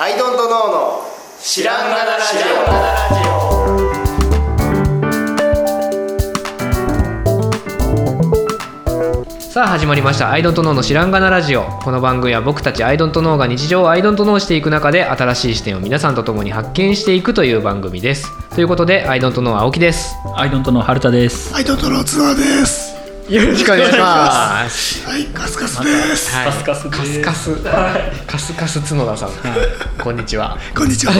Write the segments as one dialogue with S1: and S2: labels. S1: アイドントノーの知らんがなラジ
S2: さあ始まりました「アイドントノーの知らんがなラジオ」この番組は僕たちアイドントノーが日常をアイドントノーしていく中で新しい視点を皆さんと共に発見していくという番組ですということでアイドントノー青木です
S3: アイドントの春田です。
S4: はい、トトロツアーです。
S1: オよろしくお願いします
S4: はい、カスカスです。
S2: はい
S3: カスカスです
S2: カスカスカスカス角田さん、こんにちは
S4: こんにちは。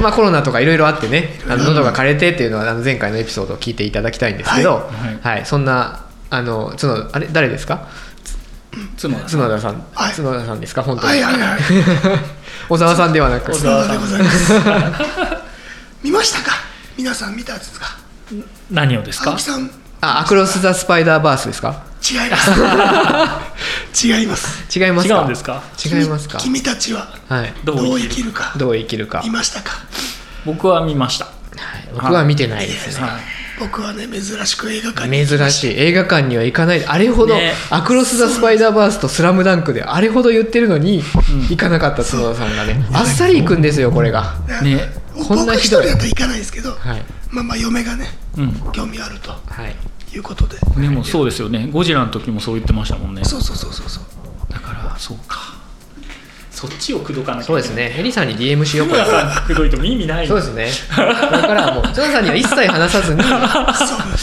S2: まあコロナとかいろいろあってねあの喉が枯れてっていうのはあの前回のエピソードを聞いていただきたいんですけど、はい
S3: い
S2: そんなあの角あれ誰ですか
S3: 妻です。
S2: 角田さん、
S4: はい
S2: 角田さんですか本当に、
S4: はいはい はい。
S2: 小沢さんではなく
S4: そうでございます。見ましたか。皆さん見たやつですか。
S3: 何をですか
S4: 青木？さん。
S2: あアクロス・ザ・スパイダーバースですか
S4: 違い ます。違います。
S2: 違います
S3: 違
S2: か
S3: うんですか？
S2: 違いますか
S4: 君君たちは。
S2: はい
S3: ど
S4: ど
S3: う生きる
S4: う生きるか。
S2: どう生きるか
S4: 見ましたか。
S3: 僕は見ました。
S2: 僕は見てないですね
S3: は
S4: 僕はね、珍しく映画館に。
S2: 珍しい映画館には行かないあれほど、
S3: ね
S2: アクロス・ザ・スパイダーバースと「スラムダンクであれほど言ってるのに、行かなかった角田さんがねあっさり行くんですよこれが
S3: い。ね。
S2: こんな
S4: 僕一
S2: ひど
S4: 人
S2: い
S4: だと行かないですけど。
S2: はい
S4: まあまあ嫁がね、
S3: うん。
S4: 興味あると
S2: はい
S4: いうことで。
S3: でもそうですよね。ゴジラの時もそう言ってましたもんね。
S4: そうそうそうそう そう。
S3: だからそうか。そっちを口説かなきゃ。
S2: そうです。ねヘリさんに DM しようこ
S3: 角
S2: れ
S3: 田さん口説いても意味 ない。
S2: そうですねこれからはもう角田さんには一切話さずに
S4: そうなんですよね。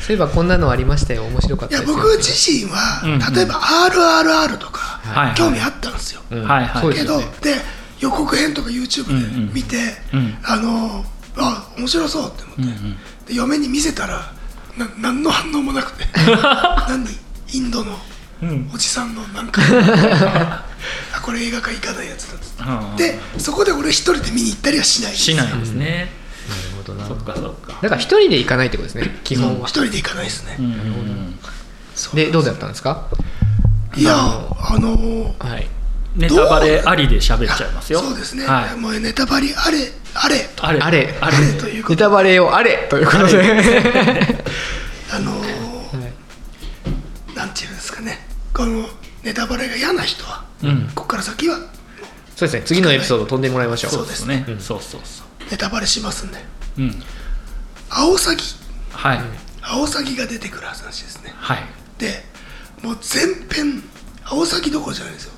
S2: そういえばこんなのありましたよ面白かっ
S4: い
S2: た
S4: や
S2: ですよ
S4: 僕自身は、
S3: うんうん
S4: 例えば RRR とか、
S3: はいはい
S4: 興味あったんですよ、
S2: うん
S3: はいはい
S2: そうで
S4: け
S2: す
S4: ど
S2: よ
S4: で
S2: ね
S4: 予告編とか YouTube で見て、
S3: うんうんうん
S4: あのあ面白そうって思って、で嫁に見せたらな何の反応も なくて何インドの
S3: うん。うん。うん
S4: おじさんのなん かあこれ映画館行かないやつだっつって
S3: うん
S4: でそこで俺一人で見に行ったりはしないです
S3: しないですね。
S2: なるほどな
S3: そっかそっか。
S2: だから一人で行かないってことですね基本
S4: 一
S2: は、
S4: 人で行かないですね、
S3: うんうん
S4: そう
S2: でどうだったんですか
S4: いやあのー
S2: はい
S3: ネタバレありで喋っちゃいますよ。
S4: そうですね、
S3: はい。
S4: もうネタバレあれあれと
S3: あれ
S2: あれ
S3: あ
S4: というこ
S2: ネ
S4: とで
S2: タバレをあれということで、
S4: あのー
S2: はい
S4: なんていうんですかねこのネタバレが嫌な人は、
S3: れ。うん。
S4: ここから先は
S2: そうですね次のエピソード飛んでもらいましょう
S3: そうですね。そうそうそ
S4: ネタバレしますんで
S3: う。うん。
S4: アオサギ
S3: はい
S4: アオサギが出てくる話ですね
S3: はい。
S4: でもう全編アオサギどころじゃないですよ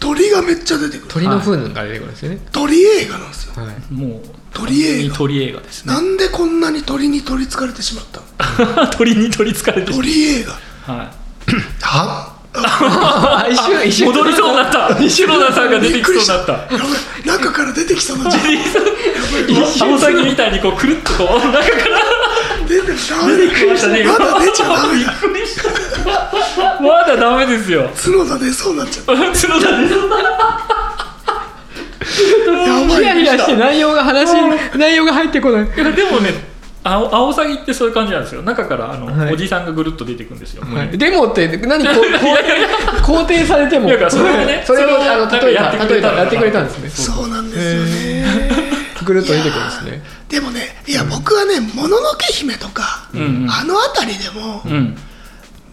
S4: 鳥がめっちゃ出てくる
S2: 鳥の糞が出てくるんですよね、
S4: 鳥映画なんですよ
S2: はい
S3: もう
S4: 鳥映
S3: に
S4: 画
S3: 鳥映画ですね。
S4: なんでこんなに鳥に取りつかれてしまったの
S3: 鳥に取りつかれてる。
S4: 鳥映画
S3: は
S4: は
S2: あ一瞬一
S3: い。
S2: 瞬
S3: 戻りそうになった。西野田さんが出て
S4: びっ
S3: き
S4: くりし
S3: そうになった。
S4: やばい中から出て きそうな時代
S3: アオサギみたいにこうくるっとこう中から
S4: 出てきた
S3: 出てきましたね。
S4: まだ出ちゃダメ
S3: び
S4: だ
S3: っくりした。まだダメですよ。
S4: 角田出そうになっちゃった
S3: 角田です。
S4: やば
S2: ヒ
S4: い
S2: ヤヒヤして内容が話内容が入ってこない
S3: でもね、アオアオサギってそういう感じなんですよ。中からあの、
S2: はい
S3: おじさんがぐるっと出てくんですよ。
S2: はいでもって何こうこう肯定されても
S3: いやそれをね
S2: それを
S3: それを
S2: あ
S3: なんか
S2: の例え
S3: や
S2: ば
S3: ってく
S2: 例
S3: れ
S2: え
S3: た
S2: ば
S3: ら
S2: やってくれたんですね
S4: そうなんですよね。
S2: ぐるっと出てくるんですね
S4: でもね、いや、僕はね、もののけ姫とか、
S3: んうん
S4: あの辺りでも、
S3: うん。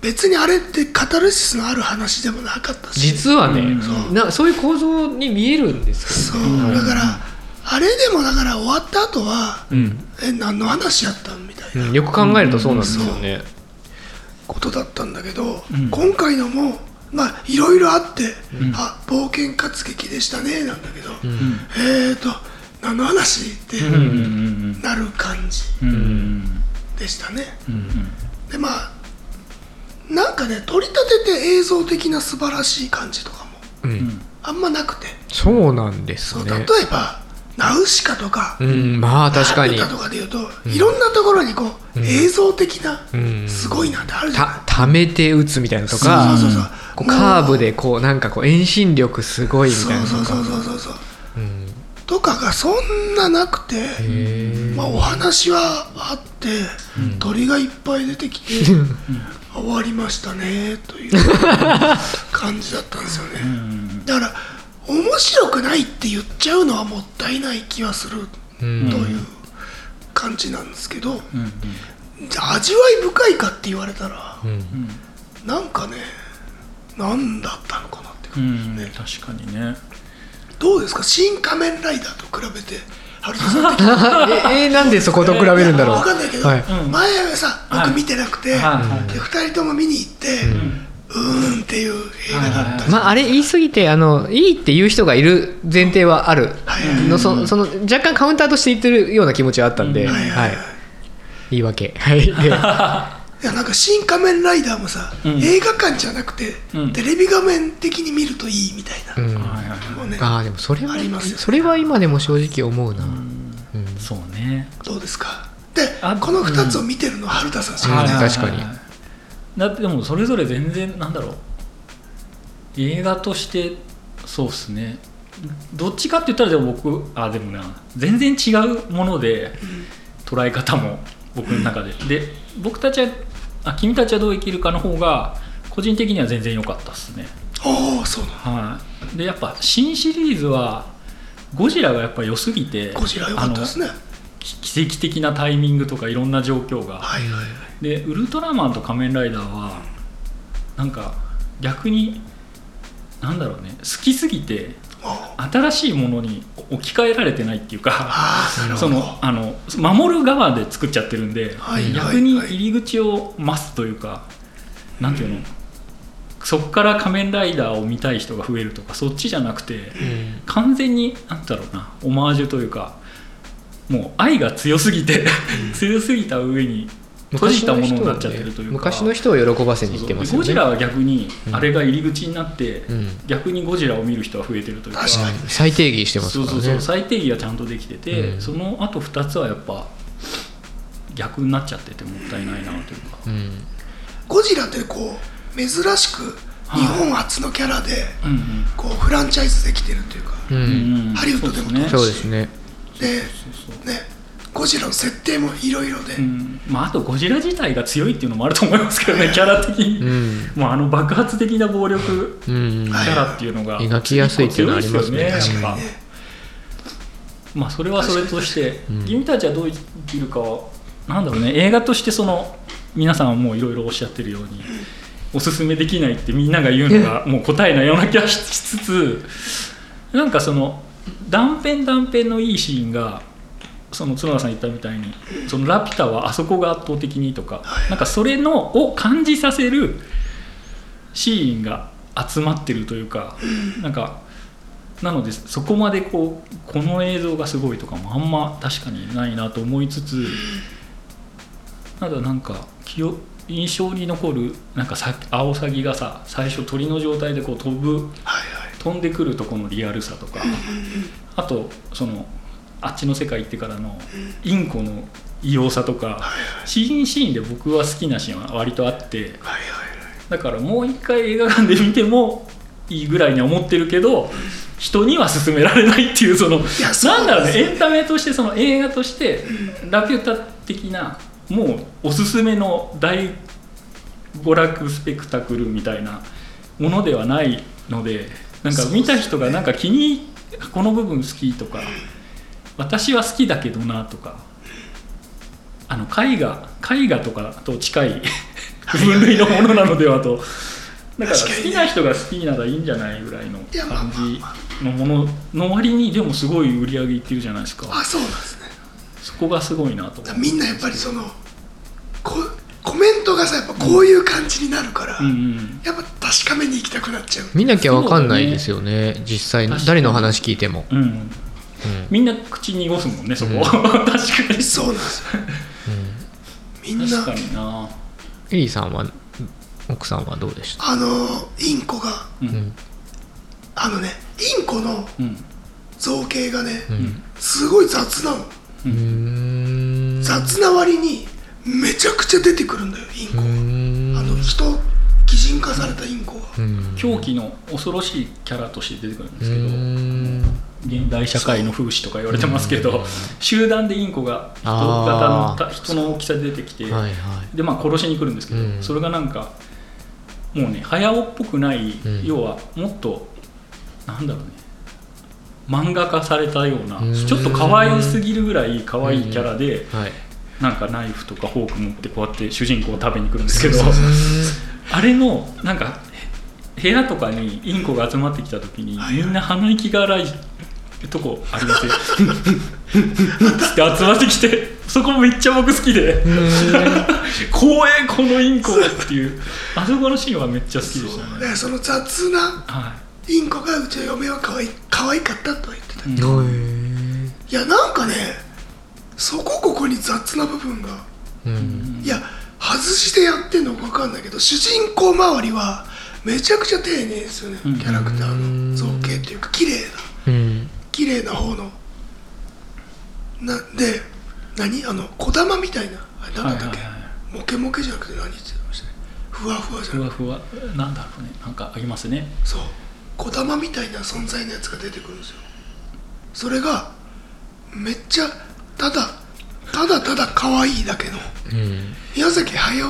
S4: 別にあれってカタルシスのある話でもなかったし、
S2: 実はね、
S3: うん
S2: なそういう構造に見えるんです
S4: そう、だから、あれでもだから終わった後は、
S3: うん。
S4: え、何の話やったんみたい
S2: けど、
S4: な
S2: うんよく考えるとそうなんですよね、
S4: ことだったんだけど、
S3: ん
S4: 今回のも、まあ、いろいろあって、あ、冒険活劇でしたね、なんだけど、えーと、何の話って
S3: うんうん
S4: なる感じ
S3: うん。うん
S4: でしたね。
S3: うん。
S4: でまあなんかね取り立てて映像的な素晴らしい感じとかも
S2: うん
S4: あんまなくて
S2: そうなんです
S4: そう、
S2: ね
S4: 例えば「ナウシカ」とか
S2: う
S4: 「
S2: んまあ確かに
S4: ハプタとかでいうと、いろんなところにこう、映像的な、
S2: ん
S4: すごいなってあるじゃない
S2: た溜めて打つみたいなのとか
S4: そうそうそう
S2: こうカーブでこうなんかこう遠心力すごいみたいなの
S4: そう
S2: と
S4: そう
S2: か
S4: そうそうそうとかがそんななくて、まあ、お話はあって、鳥がいっぱい出てきて、終わりましたねと いう感じだったんですよね、だから面白くないって言っちゃうのはもったいない気はするという感じなんですけど、味わい深いかって言われたら、なんかねなんだったのかなって
S3: う
S4: 感じですね、
S3: ん、確かにね
S4: どうですか新仮面ライダーと比 べて春田さん的に
S2: ええなんでそこと比べるんだろう。
S4: 分かんないけど、
S2: はい
S4: 前はさ
S3: はい
S4: 僕見てなくて、
S3: はい
S4: で2人とも見に行って、うーんっていう映画だった、
S2: まああれ言い過ぎてあのいいって言う人がいる前提はある
S4: はい
S2: のそその若干カウンターとして言ってるような気持ちはあったんで、
S4: うんはい
S2: は
S4: はいい
S2: 言い訳 はいで
S4: いやなんか「新仮面ライダー」もさ、
S3: うん
S4: 映画館じゃなくて、
S3: うん
S4: テレビ画面的に見るといいみたいな、
S2: うん
S3: はいはい
S4: もうね
S2: ああでもそれは
S4: ありますよ
S2: それは今でも正直思うな、うん
S3: そうね
S4: どうですかで
S3: あ
S4: この2つを見てるのは春田さんしか
S2: う
S4: い
S2: ん
S4: ない、
S2: 確かに
S3: だってでもそれぞれ全然なんだろう映画としてそうっすねどっちかって言ったらでも僕あでもな全然違うもので捉え方も僕の中でで僕たちはあ君たちはどう生きるかの方が個人的には全然良かったっすね
S4: おおそうなの
S3: はい、でやっぱ新シリーズはゴジラがやっぱ良すぎて
S4: ゴジラ良かったですね
S3: あのき奇跡的なタイミングとかいろんな状況が、
S4: はいはいはい
S3: でウルトラマンと仮面ライダーはなんか逆になんだろうね好きすぎて
S4: あ
S3: 新しいものに置き換えられてないっていうか
S4: あなる
S3: そ
S4: ほ
S3: の
S4: ど
S3: あの守る側で作っちゃってるんで、
S4: はいはいはい
S3: 逆に入り口を待つというかなんていうの、そこから仮面ライダーを見たい人が増えるとかそっちじゃなくて。
S2: うん
S3: 完全になんだろうなオマージュというかもう愛が強すぎて 強すぎた上に閉じたものになっちゃってるというか
S2: 昔の人を喜ばせに来てますよね
S3: ゴジラは逆にあれが入り口になって、
S2: うん
S3: 逆にゴジラを見る人は増えてるというか
S4: 確かに
S2: 再定義してます
S3: そう
S2: か
S3: そうそ
S2: ら
S3: う
S2: ね
S3: 最定義がちゃんとできてて、
S2: うん
S3: その後2つはやっぱ逆になっちゃっててもったいないなというか、
S2: うん
S4: ゴジラってこう珍しく日本初のキャラで、
S3: うん
S4: こうフランチャイズできてるというか、
S2: う
S3: うん
S2: ん
S3: うん
S4: ハリウッドでも
S3: そうですね
S2: そう
S3: そ
S2: ですね
S4: で
S3: うそう
S4: ねゴジラの設定もいろいろで、
S3: うんまあ、あとゴジラ自体が強いっていうのもあると思いますけどねキャラ的に、
S2: うん
S3: もうあの爆発的な暴力
S2: うん
S3: キャラっていうのが
S2: はい描きやすいっていうのはあります
S3: 強
S2: ね
S3: いですよ
S4: 確
S3: ねや
S4: か
S3: っ
S4: にね
S3: ぱまあそれはそれとして
S2: うん
S3: 君たちはどう生きるかはなんだろうね映画としてその皆さんはもういろいろおっしゃってるようにおすすめできないってみんなが言うのがもう答えなような気がしつつなんかその断片断片のいいシーンがその角田さん言ったみたいに「そのラピュタ」はあそこが圧倒的にとかなんかそれのを感じさせるシーンが集まってるというかなんかなのでそこまでこうこの映像がすごいとかもあんま確かにないなと思いつつただなんか記憶印象に残るなんかさアオサギがさ最初鳥の状態でこう飛ぶ
S4: はいはい
S3: 飛んでくるとこのリアルさとかあとそのあっちの世界行ってからのインコの異様さとかシーンシーンで僕は好きなシーンは割とあって
S4: はいはい
S3: だからもう一回映画館で見てもいいぐらいには思ってるけど人には勧められないっていうその
S4: やそう
S3: なんだろう
S4: です
S3: ねエンタメとしてその映画としてラピュタ的なもうおすすめの大娯楽スペクタクルみたいなものではないのでなんか見た人がなんか気にこの部分好きとか私は好きだけどなとかあの絵画絵画とかと近い分類のものなのではとだから好
S4: 確かにね
S3: きな人が好きならいいんじゃないぐらいの
S4: いやまあま
S3: 感
S4: あ
S3: じのものの割にでもすごい売り上げいってるじゃないですか
S4: あそうなんですね
S3: そこがすごいなと
S4: だ
S3: 思
S4: か
S3: う
S4: らみんなやっぱりそのこコメントがさやっぱこういう感じになるから、
S3: うんうん
S4: やっぱ確かめに行きたくなっちゃう
S2: 見なきゃわかんないですよね実際
S3: 確かに
S2: 誰の話聞いても
S3: うん
S2: うん
S3: みんな口濁すもんねそこ、
S2: う ん
S3: 確かに
S4: そうなんですよみんな
S3: 確かにな
S2: エリーさんは奥さんはどうでした
S4: あのインコが
S3: うん
S2: うん
S4: あのねインコの
S3: うん
S4: 造形がね、
S2: うん
S4: すごい雑なの
S3: う
S2: うー
S3: ん
S2: ん
S4: 雑な割にめちゃくちゃ出てくるんだよインコ
S2: うー
S4: が、
S2: ん
S4: あの人擬人化されたインコが、
S2: うん
S3: 狂気の恐ろしいキャラとして出てくるんで
S2: う
S3: すけど、
S2: ーん
S3: 現代社会の風刺とか言われてますけど、集団でインコが人
S2: あー
S3: 型の人の大きさで出てきて、
S2: はいはい
S3: でまあ殺しに来るんですけど、
S2: うん
S3: それがなんかもうね早尾っぽくない、
S2: ん
S3: 要はもっとなんだろうね漫画化されたような、
S2: うん
S3: ちょっと可愛すぎるぐらい可愛いキャラで、
S2: はい
S3: なんかナイフとかフォーク持ってこうやって主人公を食べに来るんですけどあれのなんかへ部屋とかにインコが集まってきた時にみんな鼻息が荒いとこありますよって集まってきてそこめっちゃ僕好きで「怖えこのインコ」っていうあそこのシーンはめっちゃ好きでしたね
S4: でその雑な
S3: は
S4: インコがうちの嫁は可愛い可愛かったとは言ってた、い
S2: うん
S4: やなんかねそこここに雑な部分が
S2: うん
S4: いや外してやってんのか分かんないけど主人公周りはめちゃくちゃ丁寧ですよね、
S3: うん
S4: キャラクターの造形っていうか綺麗
S2: う
S4: な
S2: ん
S4: 綺麗な方のなで何あの小玉みたいなあれ
S3: い
S4: 何
S3: はい
S4: だったっ
S3: は
S4: け、
S3: いはい
S4: モケモケじゃなくて何って言ってましたねふわふわじゃ
S3: ふ
S4: な
S3: わ
S4: くて
S3: ふわなんだろうねなんかありますね
S4: そう小玉みたいな存在のやつが出てくるんですよそれがめっちゃただただただ可愛いだけの
S2: うん
S4: 宮崎駿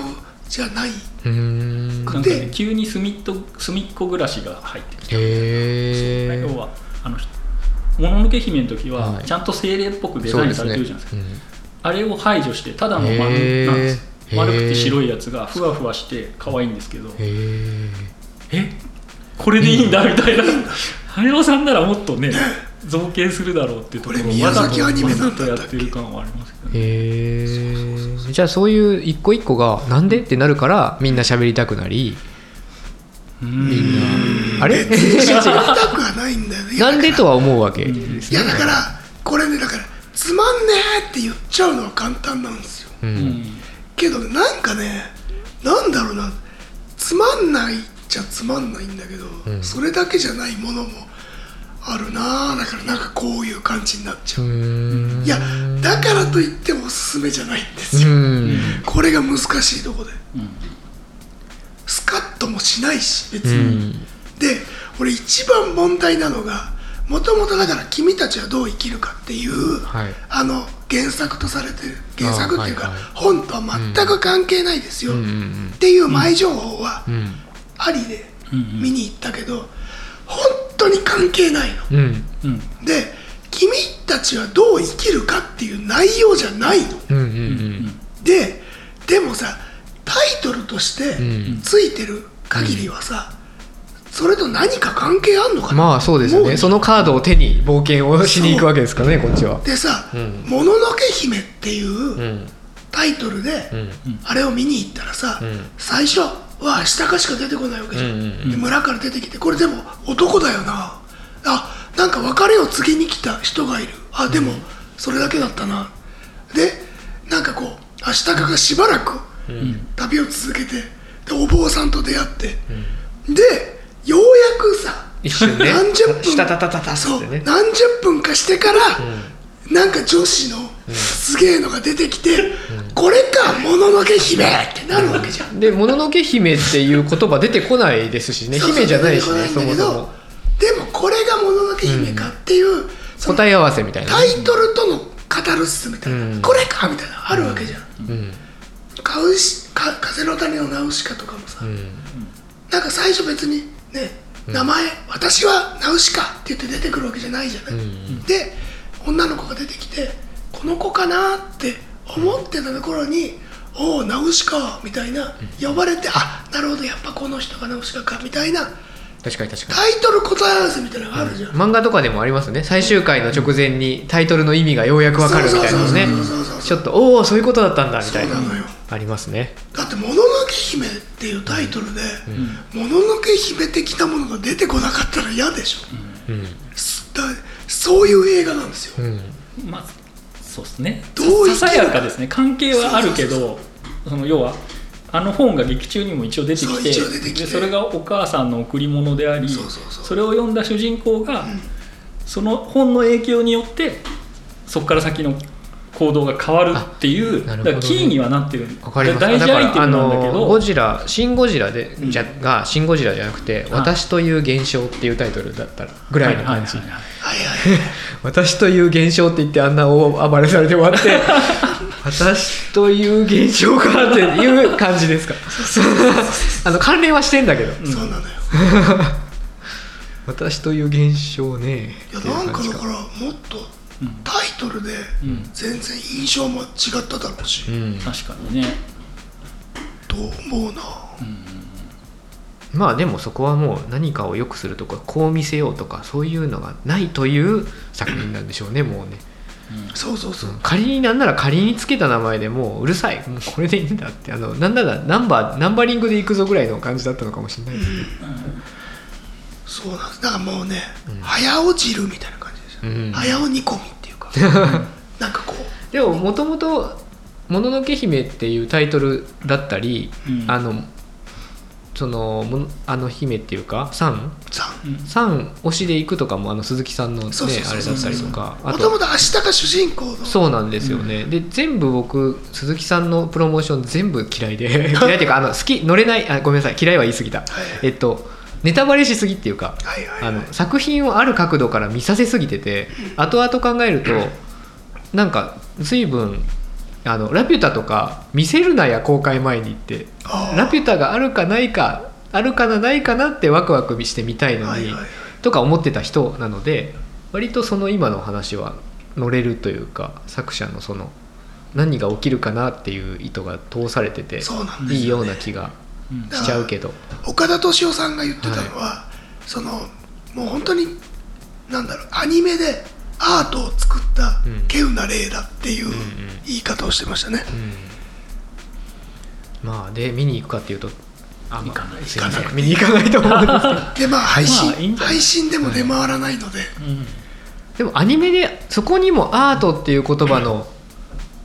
S4: じゃない
S2: うん
S3: なんかね
S4: で
S3: 急に隅っと隅っこ暮らしが入ってきて
S2: へ
S3: 要
S2: え
S3: はあのもののけ姫の時は
S2: はい
S3: ちゃんと精霊っぽくデ
S2: そ
S3: ザ
S2: う
S3: イ
S2: で
S3: ンさ
S2: す
S3: れ
S2: ね
S3: てるじゃないですか
S2: うん
S3: あれを排除してただの丸なん
S2: へー
S3: です
S2: へー
S3: 丸くて白いやつがふわふわして可愛いんですけど
S2: へえ
S3: えこれでいいんだみたいな羽生さんならもっとね造形するだろうっていうところ
S4: これ宮崎アニメなんだったっけ
S3: わざとやってる感はありますけどね
S2: へえじゃあそういう一個一個がなんでってなるからみんな喋りたくなり
S3: うん
S2: あ れ
S4: 見たくはないんだよねいや
S2: なんでとは思うわけです
S4: いやだからこれねだからつまんねえって言っちゃうのは簡単なんですよ
S2: う
S3: うんん
S4: けどなんかねなんだろうなつまんないっちゃつまんないんだけど、それだけじゃないものもあるなあだからなんかこういう感じになっちゃ
S2: う
S4: う、
S2: ん
S4: いやだからといっておすすめじゃないんです
S2: う
S4: よ、
S2: ん
S4: これが難しいとこで
S3: うん
S4: スカッともしないし別
S2: う
S4: に、
S2: ん
S4: で俺一番問題なのがもともとだから「君たちはどう生きるか」っていう、
S2: はい
S4: あの原作とされてる原作っていうか、
S2: あはいはい
S4: 本とは全く関係ないですよ、
S2: うんうん
S4: っていう前情報は
S2: うん
S4: ありで
S3: うん
S4: 見に行ったけど、本当に関係ないの。
S2: うん
S3: うん
S4: で君たちはどう生きるかっていう内容じゃないの。
S2: うんうん
S4: ででもさタイトルとして
S2: うん
S4: ついてる限りはさ、それと何か関係あんのか
S2: うん
S4: な
S2: まあそうですよ
S4: 思
S2: ねそのカードを手に冒険をしに行くわけですからねこっちは
S4: でさ
S2: うん
S4: 「もののけ姫」っていううんタイトルで、
S2: うん
S4: あれを見に行ったらさ、
S2: ん
S4: 最初は下かしか出てこないわけじゃん、
S2: うんうん
S4: で村から出てきてこれでも男だよなあなんか別れを告げに来た人がいるあでもそれだけだったなでなんかこうあ下かがしばらく旅を続けてでお坊さんと出会って、でようやくさ
S2: 一瞬ね
S4: 何十分
S2: したたたたたっつ
S4: そ
S2: っ
S4: う
S2: てね
S4: 何十分かしてから、なんか女子のすげえのが出てきて、これかもののけ姫ってなるわけじゃん、
S2: で「もののけ姫」っていう言葉出てこないですしね
S4: そうそう
S2: 姫じゃないしね
S4: 出てこ
S2: そ
S4: ない
S2: も
S4: んだけ
S2: そ
S4: ど
S2: も
S4: でもこれがもののけ姫かっていう、その
S2: 答え合わせみたいな
S4: タ
S2: ね
S4: イトルとのカタルシスみたいな、
S2: うん
S4: これかみたいなあるわけじゃん、
S2: うん
S4: カウシか風の谷のナウシカとかもさ、
S2: うん
S4: なんか最初別にね名前、私はナウシカって言って出てくるわけじゃないじゃない、
S2: ん
S4: で女の子が出てきてこの子かなって思ってたところに「おおナウシカ」みたいな呼ばれて「あなるほどやっぱこの人がナウシカか」みたいな
S2: 確かに確かに
S4: タイトル答え合わせみたいなのがあるじゃん、
S2: 漫画とかでもありますよね最終回の直前にタイトルの意味がようやくわかるみたいなのね
S4: そうそうそうそうそう
S2: ちょっとおおそういうことだったんだみたいな
S4: そうなのよ
S2: ありますね
S4: だって「もののけ姫」っていうタイトルで「もののけ姫」的なものが出てこなかったら嫌でしょ、
S2: うん
S4: すだそういう映画なんですよ、
S2: うん
S3: まあそうですね
S4: どう生きる
S3: ささやかですね関係はあるけどその要はあの本が劇中にも一応出て
S4: そ
S3: き
S4: う
S3: て
S4: 一応出てきて
S3: でそれがお母さんの贈り物であり
S4: そうそうそう
S3: れを読んだ主人公が、その本の影響によってそこから先の行動が変わるっていう、
S2: なるほどね
S3: だからキーにはなってる
S2: わかります
S3: 大
S2: だ
S3: 事
S2: か
S3: アイテ
S2: らあ
S3: ムなんだけ
S2: の
S3: ど
S2: ゴジラ「シン・ゴジラで」
S3: ん
S2: じゃが「シン・ゴジラ」じゃなくて「私という現象」っていうタイトルだったらぐらいの感じ
S3: はいはいはいはい
S4: はいはいはい
S2: 私という現象って言ってあんな大暴れされて終わって私という現象かっていう感じですか あの関連はしてんだけど
S4: そうなのよ
S2: 私という現象ね
S4: いやなんかだからもっと
S3: うん
S4: タイトルで
S3: うん
S4: 全然印象も違っただろうし、
S2: うん
S3: 確かにね
S4: と思うな、
S2: まあでもそこはもう何かを良くするとかこう見せようとかそういうのがないという作品なんでしょうねもうね
S4: そうそうそう
S2: 仮になんなら仮につけた名前でもううるさいもうこれでいいんだってあのなんならナンバーナンバリングでいくぞぐらいの感じだったのかもしれないですね
S4: そうなんですだからもうね、早尾汁みたいな感じですよ、
S2: うん
S4: 早尾煮込みっていうかなんかこう
S2: でももともと「もののけ姫」っていうタイトルだったり、
S3: うん
S2: あのそのものあの姫っていうか「さん」
S4: さ
S2: 「さん」推しでいくとかもあの鈴木さんのね
S4: そうそうそうそう
S2: あれだったりとかあ
S4: もと
S2: と
S4: もと明日が主人公の
S2: そうなんですよね、で全部僕鈴木さんのプロモーション全部嫌いで 嫌いっていうかあの好き乗れないあごめんなさい嫌いは言い過ぎた、えっとネタバレしすぎっていうか
S4: はいはい
S2: あの作品をある角度から見させすぎてて後々考えるとなんか随分あの「ラピュタ」とか「見せるなや公開前に」って
S4: あ
S2: 「ラピュタ」があるかないかあるかなないかなってワクワクしてみたいのに、
S4: はいはいはい
S2: とか思ってた人なので割とその今の話は乗れるというか作者のその何が起きるかなっていう意図が通されてて
S4: そうなんで
S2: い
S4: す
S2: い
S4: よ
S2: ような気が
S3: うん
S2: しちゃうけど。
S4: 岡田斗司夫さんが言ってたのは、そのもう本当になんだろうアニメでアートを作った
S2: うん
S4: 稀有な例だっていう言い方をしてましたね、
S2: まあで見に行くかっていうとあ
S3: 行かない
S2: すいません見に行かないと思うんです
S4: でまあ配信、
S3: まあいいんじゃない
S4: 配信でも出回らないので、
S3: うん
S2: けどでもアニメでそこにもアートっていう言葉の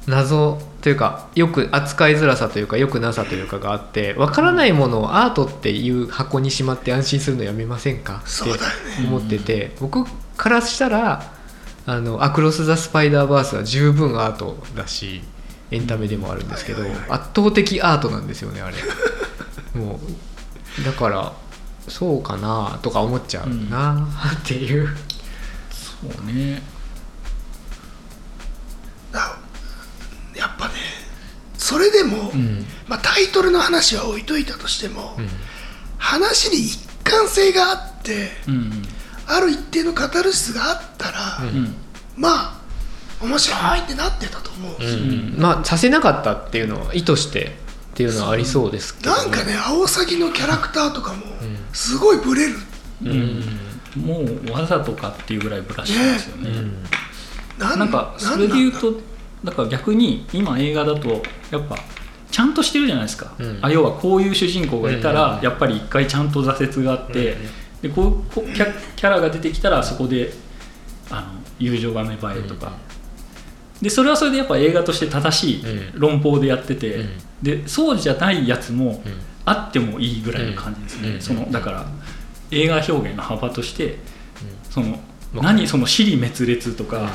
S2: 謎というかよく扱いづらさというかよくなさというかがあってわからないものをアートっていう箱にしまって安心するのやめませんか
S4: そうだよ
S2: って
S4: ね
S2: 思ってて僕からしたら「あのアクロス・ザ・スパイダーバース」は十分アートだしエンタメでもあるんですけど
S4: はいはい
S2: 圧倒的アートなんですよねあれ。 もうだからそうかなとか思っちゃうなっていう、
S3: そうね
S4: あやっぱねそれでも、
S2: ん
S4: まあ、タイトルの話は置いといたとしても、話に一貫性があって
S3: うん
S4: ある一定のカタルシスがあったら、
S2: ん
S3: うん
S4: まあ面白いってなってたと思う、
S2: うんまあさせなかったっていうのは意図してっていうのはありそうですけど、
S4: なんかねアオサギのキャラクターとかもすごいブレる、
S3: もうわざとかっていうぐらいブラッシュですよね、
S4: なん
S3: なんかそれで言うとだから逆に今映画だとやっぱちゃんとしてるじゃないですか、
S2: うん
S3: あ要はこういう主人公がいた
S2: うんうん
S3: らやっぱり一回ちゃんと挫折があって、でこうこうキャキャラが出てきたらそこであの友情が芽生えるとか、でそれはそれでやっぱ映画として正しい
S2: うん
S3: 論法でやってて、
S2: うん
S3: でそうじゃないやつも
S2: うん
S3: あってもいいぐらいの感じですね、
S2: うん
S3: そのだから映画表現の幅としてその
S2: わかる
S3: 何その尻滅裂とか、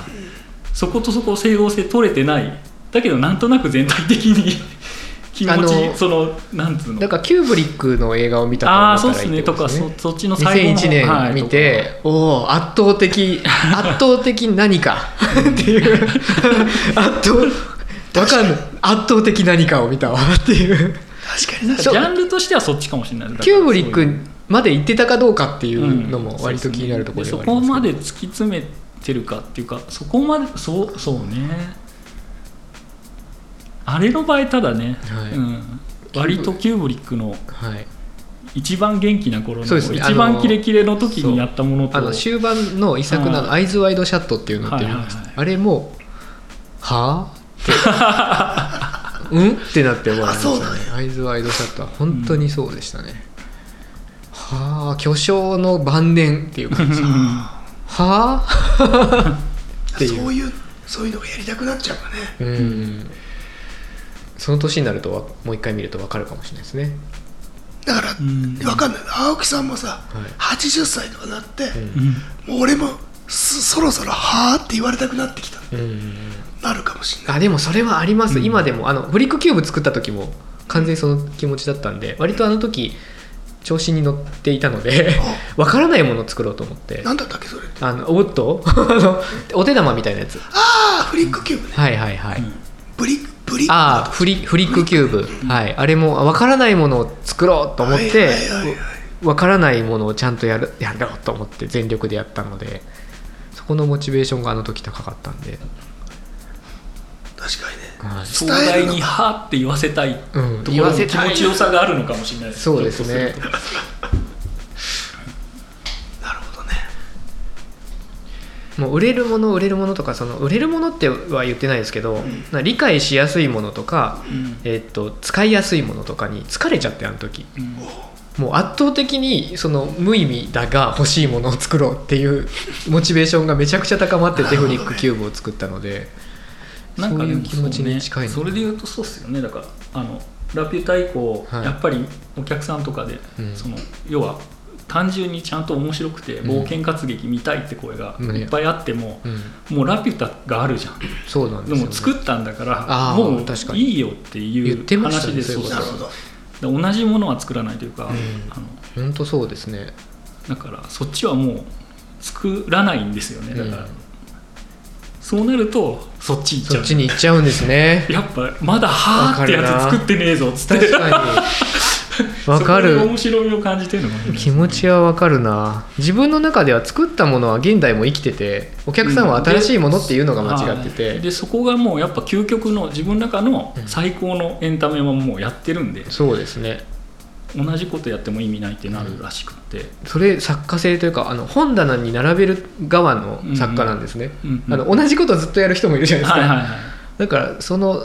S3: そことそこ整合性取れてないだけどなんとなく全体的に 気持
S2: あの
S3: ちそのなんつうの
S2: だからキューブリックの映画を見たと
S3: ああー
S2: 思
S3: そう
S2: っ
S3: で
S2: たらい
S3: すねか
S2: いってこととです
S3: そ
S2: ね
S3: そっちの最後の
S2: 2001
S3: はい
S2: 年見て、おお圧倒的 圧倒的何かっていう圧倒わかんない圧倒的何かを見たわっていう
S4: 確かに
S3: とかジャンルとしてはそっちかもしれない
S2: キューブリッ
S3: だか
S2: クまで行ってたかどうかってい
S3: らそう
S2: う
S3: いう
S2: のも割と気になるところで
S3: そ
S2: はあり
S3: こ
S2: ま
S3: ます
S2: け
S3: で
S2: ど
S3: 突き詰めてるかっていうかそこまでそうそうねあれの場合ただね、
S2: はい
S3: うん、割とキューブリックの
S2: はい、
S3: 一番元気な頃
S2: そう
S3: の
S2: ですね
S3: 一
S2: あ
S3: 番
S2: の
S3: キレキレの時にやったものと
S2: あの終盤の遺作なの「アイズ・ワイド・シャット」っていうのってあります、
S3: はいはいはい
S2: あれもはあってうんってなって思いました
S4: あ
S2: ね
S4: そうなん
S2: アイズ・ワイド・シャットは本当にそうでしたね、はあ巨匠の晩年っていう感じはあっていう
S4: そういうそういうのがやりたくなっちゃうかね
S2: うんその年になるとわもう一回見ると分かるかもしれないですね
S4: だから、わ
S3: ん
S4: かんない青木さんもさ、80歳とかなって、もう俺もそそろそろ「はあ」って言われたくなってきた、なるかもしれない
S2: あでもそれはあります、今でもあのフリックキューブ作った時も完全にその気持ちだったんで割とあの時調子に乗っていたので わからないものを作ろうと思って
S4: 何だったっけそれ
S2: あのおっと あのお手玉みたいなやつ
S4: ああフリックキューブね
S2: はいはいはい、
S4: ブリブリ
S2: ああフリフリックキューブ、はい、あれもわからないものを作ろうと思っ
S4: はい
S2: て
S4: はいはいはい
S2: わからないものをちゃんとやるやろうと思って全力でやったのでそこのモチベーションがあの時高かったんで、
S4: 確かにね
S2: はい
S3: 壮大に「は」って言わせたいとこ
S2: うん
S3: ろ
S2: 言わ
S3: の
S2: せ
S3: 気
S2: た い
S3: 持ちよさがあるのかもしれないです
S2: そうですね。もう売れるもの売れるものとかその売れるものっては言ってないですけど、な理解しやすいものとか、
S3: うん
S2: えっと使いやすいものとかに疲れちゃってあの時
S3: うん
S2: もう圧倒的にその無意味だが欲しいものを作ろうっていうモチベーションがめちゃくちゃ高まってテフニックキューブを作ったので
S3: なんか
S2: そう
S3: で
S2: いう
S3: も
S2: 気持ちに近いの
S3: そうねそれで言うとそうっすよねだからあのラピュタ以降、
S2: はい
S3: やっぱりお客さんとかで、
S2: うん
S3: その要は単純にちゃんと面白くて
S2: うん
S3: 冒険活劇見たいって声が
S2: うん
S3: いっぱいあっても、
S2: うん、
S3: もうラピュタがあるじゃん
S2: そうなん
S3: で
S2: ですよ、
S3: も
S2: ね、
S3: 作ったんだから
S2: あー
S3: も
S2: 確か
S3: う
S2: に
S3: いいよってい
S2: 言って
S3: う
S2: まし
S3: 話
S2: たね
S3: です
S2: そういえば
S4: なるほど
S3: 同じものは作らないというか、あの
S2: 本当そうですね
S3: だからそっちはもう作らないんですよねだから、
S2: うん
S3: そうなるとそっち行っち
S2: そ
S3: ゃ
S2: っ
S3: う
S2: ちに行っちゃうんですね
S3: やっぱまだはーってや
S2: わかるな
S3: つ作ってねえぞっつって
S2: 確かにわか
S3: そこに
S2: る
S3: 面白みを感じてるのもある
S2: 気持ちはわかるな自分の中では作ったものは現代も生きててお客さんは新しいものっていうのが間違ってて、
S3: はいでそこがもうやっぱ究極の自分の中の最高のエンタメはもうやってるんで、
S2: そうですね
S3: 同じことやっても意味ないってなるらしくって、
S2: それ作家性というかあの本棚に並べる側の作家なんですね、
S3: うん
S2: あの同じことずっとやる人もいるじゃないで
S3: は
S2: すか、
S3: いはいはい
S2: だからその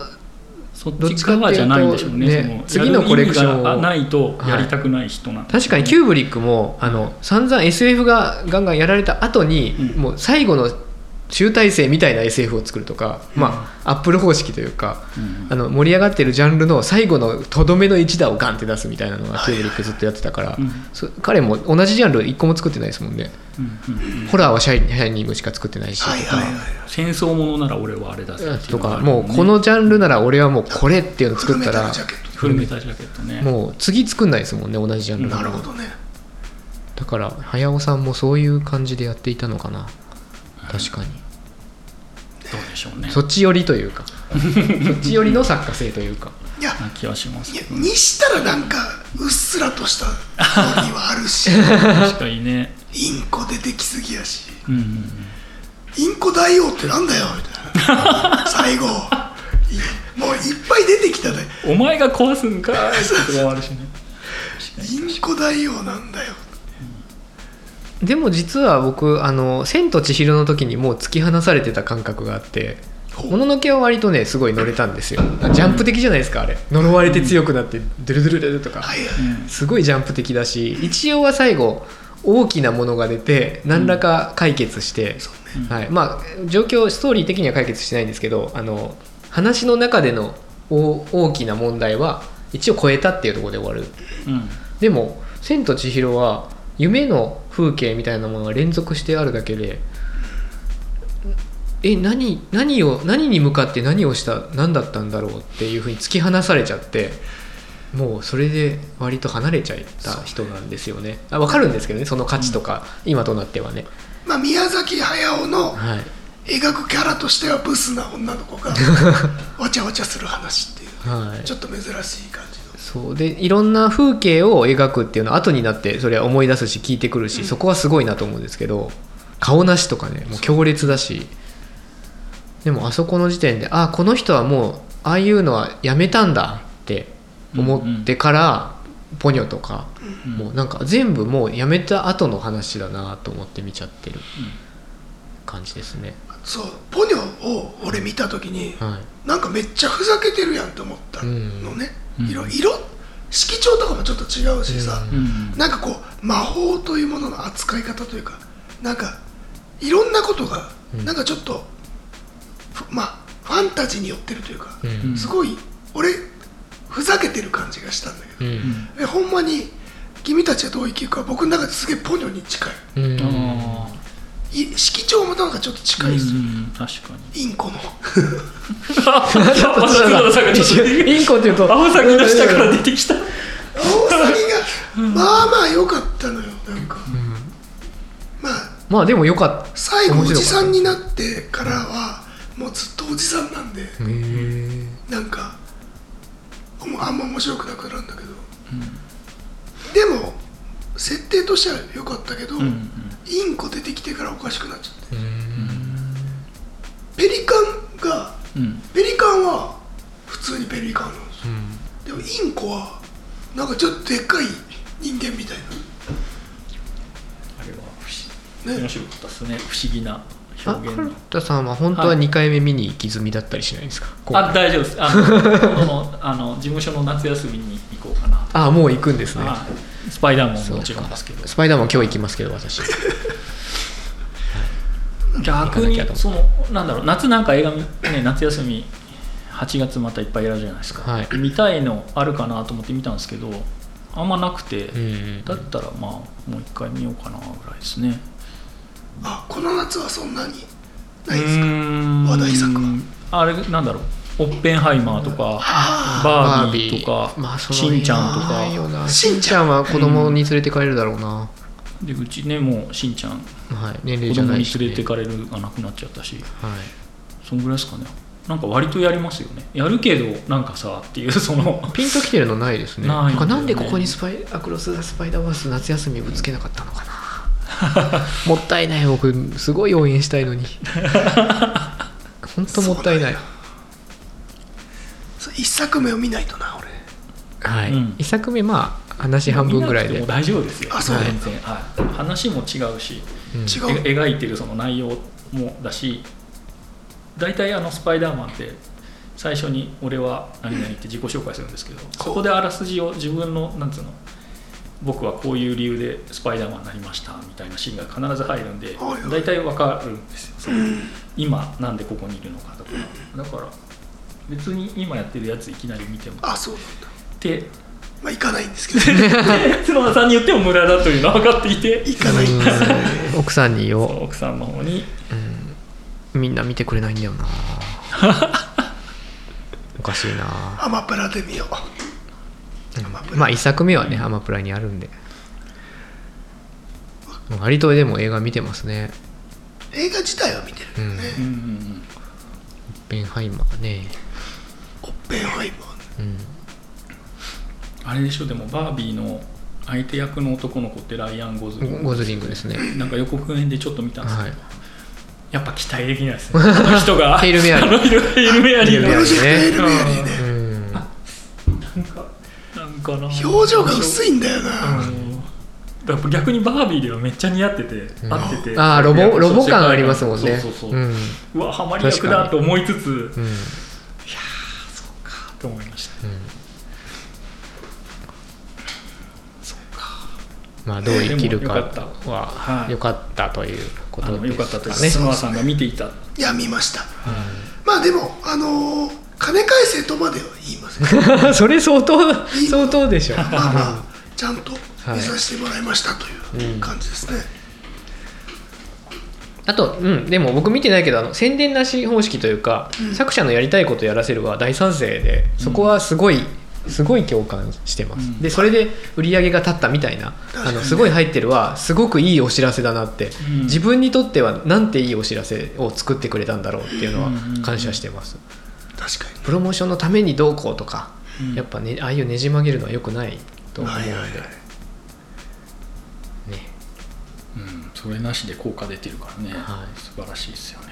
S3: そっ
S2: どっ
S3: ち
S2: ち
S3: か
S2: かって
S3: らじ
S2: いうと
S3: ゃないんでしょうね
S2: ね
S3: その
S2: 次のコレクションを
S3: やる意味がないとやりたくない人なんで
S2: 確
S3: すね、
S2: かにキューブリックもあの散々 SF がガンガンやられた後に、
S3: うん
S2: もう最後の集大成みたいな SF を作るとか、まあアップル方式というか、
S3: うん
S2: あの盛り上がってるジャンルの最後のとどめの一打をガンって出すみたいなのがキューブリックずっとやってたから、
S3: うん
S2: そ彼も同じジャンル一個も作ってないですもんね、
S3: うんうんうん
S2: ホラーはシャイシャイニングしか作ってないしとか、
S4: はいはいはい
S3: 戦争ものなら俺はあれだぜってい
S2: と
S3: うのが
S2: か
S3: ある
S2: もうこのジャンルなら俺はもうこれっていうの
S4: フル
S2: 作っ
S4: メ
S2: た
S4: タ
S2: ら
S4: ルジャケット
S3: フルメタルジャケットね
S2: もう次作んないですもんね同じジャンル
S3: うん
S4: なるほどね
S2: だから早尾さんもそういう感じでやっていたのかな確 かに
S3: どうでしょうね
S2: そっち寄りというかそっち寄りの作家性というか
S4: いや
S3: な気はします
S4: いや
S3: けどね
S4: にしたらなんかうっすらとしたストーリーはあるし
S3: 確かにね
S4: インコ出てきすぎやし
S3: うんうんうん
S4: インコ大王ってなんだよみたいな最後いもういっぱい出てきたね
S3: お前が壊すんかーいってこともあるしね
S4: インコ大王なんだよ
S2: でも実は僕「あの千と千尋」の時にもう突き放されてた感覚があって
S4: ほう
S2: もののけは割とねすごい乗れたんですよジャンプ的じゃないですかあれ呪われて強くなってドゥルドゥルドゥルとか
S4: はい
S3: うん
S2: すごいジャンプ的だし一応は最後大きなものが出て何らか解決して、はい、まあ状況ストーリー的には解決してないんですけどあの話の中での大大きな問題は一応超えたっていうところで終わる
S3: うん
S2: でも「千と千尋」は夢の風景みたいなものが連続してあるだけでえ何何を何に向かって何をした何だったんだろうっていうふうに突き放されちゃってもうそれで割と離れちゃった人なんですよねあ分かるんですけどねその価値とか、今となってはね、
S4: まあ、宮崎駿の
S2: はい、
S4: 描くキャラとしてはブスな女の子がわちゃわちゃする話っていう
S2: はい
S4: ちょっと珍しい感じの
S2: そうでいろんな風景を描くっていうのは後になってそれは思い出すし聞いてくるし、そこはすごいなと思うんですけど顔なしとかねもう強烈だしでもあそこの時点であこの人はもうああいうのはやめたんだって思ってから、ポニョとか、
S3: うん
S2: もうなんか全部もうやめた後の話だなと思って見ちゃってる感じですね、
S4: そうポニョを俺見た時に
S2: はい、
S4: なんかめっちゃふざけてるやんって思ったのね、
S3: うん
S4: 色色色調とかもちょっと違うしさ、
S2: うん
S3: うん
S4: なんかこう魔法というものの扱い方というかなんかいろんなことが、
S2: うん
S4: なんかちょっとふまあファンタジーに寄ってるというか、
S2: うん
S4: すごい俺ふざけてる感じがしたんだけ
S2: う
S4: ど、
S2: ん
S4: えほんまに君たちはどう生きるか僕の中ですげえポニョに近い
S2: うん
S3: あ
S4: い色調もなんかちょっと
S3: あ
S4: 近
S3: う
S4: い
S3: んう
S4: です、
S3: ん確 かに
S4: インコの
S3: 松村さんがちょっと
S2: インコっていうと
S3: アホサギの下から出てきた
S4: 青サギがまあまあ良かったのよなんか、まあ
S2: まあでもよかった
S4: 最後おじさんになってからはもうずっとおじさんなんで
S2: へー
S4: なんかもうあんま面白くなくなるんだけど、でも設定としては良かったけど、
S3: うんうん
S4: インコ出てきてからおかしくなっちゃってペリカンが
S3: うん
S4: ペリカンは普通にペリカンなんですよ、でもインコはなんかちょっとでっかい人間みたい
S3: あれは不思
S4: な、ね
S3: 面、白かったですね不思議な表
S2: あ
S3: 表現
S2: 春田さんは本当は2回目見に行き済みだったりしないんですか、
S3: あ大丈夫ですあの今度のあの事務所の夏休みに行こうかな、
S2: ああもう行くんですね
S3: はいスパイダーマン
S2: そ
S3: も
S2: う
S3: も
S2: か
S3: ちろんですけど
S2: スパイダーマン今日行きますけど私
S3: 逆
S2: 行かなきゃと
S3: にそのなんだろう夏なんか映画見、ね、夏休み8月またいっぱいやるじゃないですか、
S2: はい
S3: 見たいのあるかなと思って見たんですけどあんまなくて、
S2: うん
S3: だったらまあもう一回見ようかなぐらいですね
S4: あこの夏はそんなに
S3: う
S4: ないですか
S3: ーん
S4: 話題作は
S3: あれなんだろうオッペンハイマーとか
S4: あ
S3: バービーとか
S2: まあその
S3: しんちゃんと
S2: ないよ
S3: か
S2: な
S4: し
S2: し
S4: ん
S2: ん
S4: ち
S2: ちゃ
S4: ゃ
S2: んは子供に連れてかれるだろうな、
S3: でうちねもうしんちゃん
S2: はい、年齢
S3: 子
S2: じゃ
S3: 供
S2: な
S3: に
S2: いし、ね、
S3: 連れてかれるがなくなっちゃったし
S2: はい
S3: そんぐらいですかねなんか割とやりますよねやるけどなんかさっていうその
S2: ピンときてるのないですね
S3: ない
S2: なんか
S3: んだ
S2: な
S3: よね
S2: んでここにスパイアクロス・ザ・スパイダーバース夏休みぶつけなかったのか なもったいない僕すごい応援したいのに本当もったいない
S4: あそう一作目を見ないとな俺
S2: はい、
S3: うん
S2: 一作目まあ話半分ぐらい
S3: 見
S2: で
S3: なくても大丈夫ですよ
S4: あそう
S3: 全然、はい、話も違うし
S4: 違う
S3: え描いてるその内容もだし大体あのスパイダーマンって最初に「俺は何々」って自己紹介するんですけどそこであらすじを自分のなんつうの僕はこういう理由でスパイダーマンになりましたみたいなシーンが必ず入るんで
S4: はいはい
S3: 大体わかるんですよその今なんでここにいるのかとかだから別に今やってるやついきなり見てもっ
S4: あそうなんだ
S3: て
S4: まあ行かないんですけど
S3: 角田さんに言っても無駄だというのは分かっていて
S4: 行かないんですよね
S2: うん奥さんに言おう
S3: 奥さんの方に
S2: みんな見てくれないんだよ なおかしいな
S4: アマプラで見ようアマプラ
S2: まあ一作目はねアマプラにあるんで割とでも映画見てますね
S4: 映画自体は見てるよね、
S3: うんうんうん
S2: ベンハイマーね
S4: オッペンハイマー
S2: うん
S3: あれでしょでもバービーの相手役の男の子ってライアン・ゴズリン
S2: ゴズリングですね。
S3: なんか予告編でちょっと見たんですけど、
S2: はい。
S3: やっぱ期待できない ですねあの人が
S2: ヘイルメアリー
S3: あの人がヘイルメアリー
S2: ヘイルメア
S4: プ
S2: リ
S4: ロ
S2: ー
S4: ジェクトエルメアリーね
S2: うん。
S3: なんかなんかな
S4: 表情が薄いんだよな、
S3: やっぱ逆にバービーではめっちゃ似合ってて、合ってて
S2: ああ、ロボ、ロボ感ありますもんね。
S3: そうそうそう、
S2: うん。
S3: うわハマり役だと思いつつ、
S2: うん。
S3: そうかと思いました、
S2: まあ、どう生きる
S3: でも
S2: か
S3: よかった
S2: は
S3: は、い
S2: 良かったというこ
S3: あ
S2: と
S3: の
S2: です
S3: よかったです、
S2: ね。
S3: 角田さんが見ていた
S4: いや見ました、まあでもあのー金返せとまでは言いません ま
S2: それ相当、相当 でしょ。
S4: あまあちゃんと見させてもらいましたという感じですね、
S2: あと、うん、でも僕見てないけど、あの宣伝なし方式というか、作者のやりたいことやらせるは大賛成で、そこはすごい、すごい共感してます。
S3: うん
S2: で、それで売り上げが立ったみたいな、
S4: 確か
S2: あ
S4: に
S2: のすごい入ってるは、すごくいいお知らせだなって、
S3: うん
S2: 自分にとってはなんていいお知らせを作ってくれたんだろうっていうのは
S3: うん
S2: 感謝してます。
S4: 確かに
S2: プロモーションのためにどうこうとか、
S3: うん
S2: やっぱね、ああいうねじ曲げるのは良くないと思うの
S4: はい
S2: で、
S4: はいはい
S2: ね、
S3: うん、それなしで効果出てるからね、
S2: はい
S3: 素晴らしいですよね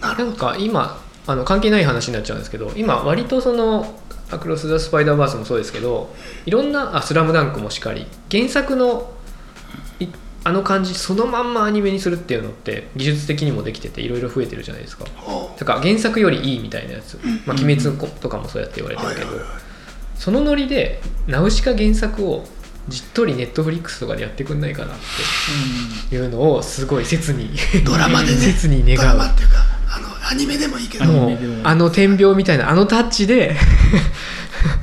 S4: なる
S2: なんか今あの関係ない話になっちゃうんですけど今割とその「アクロス・ザ・スパイダーバース」もそうですけどいろんな「あスラムダンクもしかり原作のいあの感じそのまんまアニメにするっていうのって技術的にもできてていろいろ増えてるじゃないですか
S4: ほ
S2: だから原作よりいいみたいなやつ「まあ、鬼滅」とかもそうやって言われ
S4: う
S2: て
S4: はい
S2: る
S4: は
S2: け
S4: い
S2: ど
S4: はい
S2: そのノリでナウシカ原作をじっとりネットフリックスとかでやってくんないかなっていうのをすごい切に
S4: ドラマ でね
S2: 切に
S4: ドラ
S2: 願う
S4: マっていうかあのアニメでもいいけど
S3: アニメ
S2: もう
S3: でも
S2: あの天秤みたいなあのタッチで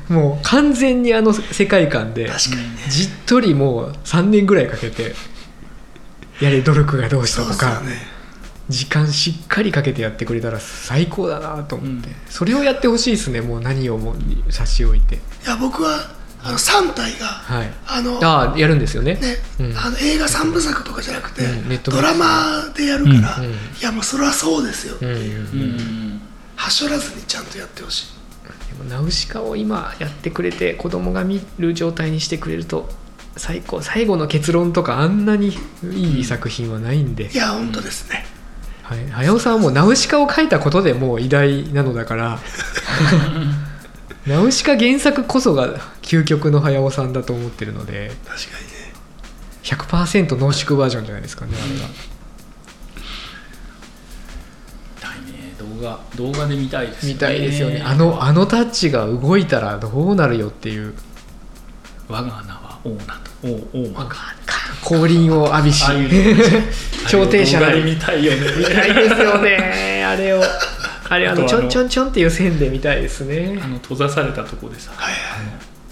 S2: もう完全にあの世界観で
S4: 確かにね
S2: じっとりもう3年ぐらいかけてやれ努力がどうした
S4: そう
S2: と
S4: ですよ
S2: か、
S4: ね
S2: 時間しっかりかけてやってくれたら最高だなと思って、
S3: うん
S2: それをやってほしいですねもう何をもう差し置いて
S4: いや僕はあの3体が、
S2: はい
S4: あの
S2: ああやるんですよね
S4: ね
S2: うん
S4: あの映画3部作とかじゃなくて、
S2: うんネットフ
S4: ド
S2: リック
S4: ラ
S2: ス
S4: マでやるから、
S2: うんうん
S4: いやもうそれはそうですよ、
S2: うんうん
S3: うんうん
S4: はしょらずにちゃんとやってほしい
S2: でもナウシカを今やってくれて子供が見る状態にしてくれると最高最後の結論とかあんなにいい作品はないんで、
S4: いや本当ですね、
S2: はい、早尾さんはもうナウシカを書いたことでもう偉大なのだから ナウシカ原作こそが究極の早尾さんだと思ってるので
S4: 確かにね
S2: 100%濃縮バージョンじゃないですかねあれが
S3: たいね動画動画で見たいです
S2: みたいですよねあ
S3: の
S2: のあのタッチが動いたらどうなるよっていう
S3: 我が名はオーナとオーマか
S2: 降臨を浴びし
S3: ああいうの
S2: 超停車
S3: ああ
S2: な
S3: いう動画で
S2: り
S3: 見たいよね
S2: 見たいですよねあれをあれあの
S3: あ
S2: ち
S3: と
S2: ょ
S3: あ
S2: ん
S3: の
S2: ちょんちょんっていう線で見たいですね
S3: あの閉ざされたとこでさ
S4: はいはい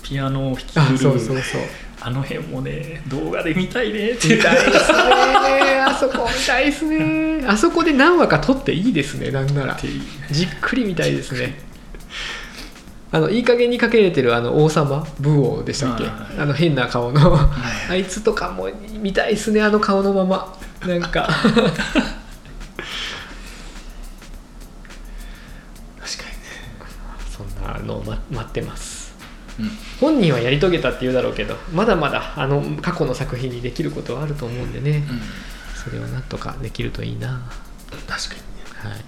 S3: ピアノを弾き
S2: あ
S3: 狂
S2: そうそう
S3: う
S2: そう
S3: あの辺もね動画で見たいねって
S2: 見
S3: いう
S2: たいですねあそこ見たいですねあそこで何話か撮っていいですねなんなら
S3: っていう
S2: じっくり見たいですねあのいい加減にかけれてるあの王様武王でしたっけ
S3: は
S2: あの変な顔のあいつとかも見たいですねあの顔のままなんか
S4: 確か
S2: そんなのを、ま、待ってます
S3: うん
S2: 本人はやり遂げたって言うだろうけどまだまだあの過去の作品にできることはあると思うんでね、
S3: うん
S2: それをなんとかできるといいな
S4: にね確かにね
S2: はい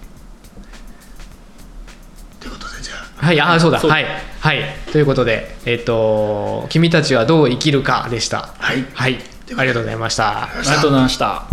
S4: ということでじゃあ
S2: はい、あーそうだ
S3: そう
S2: はい、はい、ということで、えっ、と君たちはどう生きるかでした。
S4: はい
S2: はい、ありがとうございました。
S3: ありがとうございました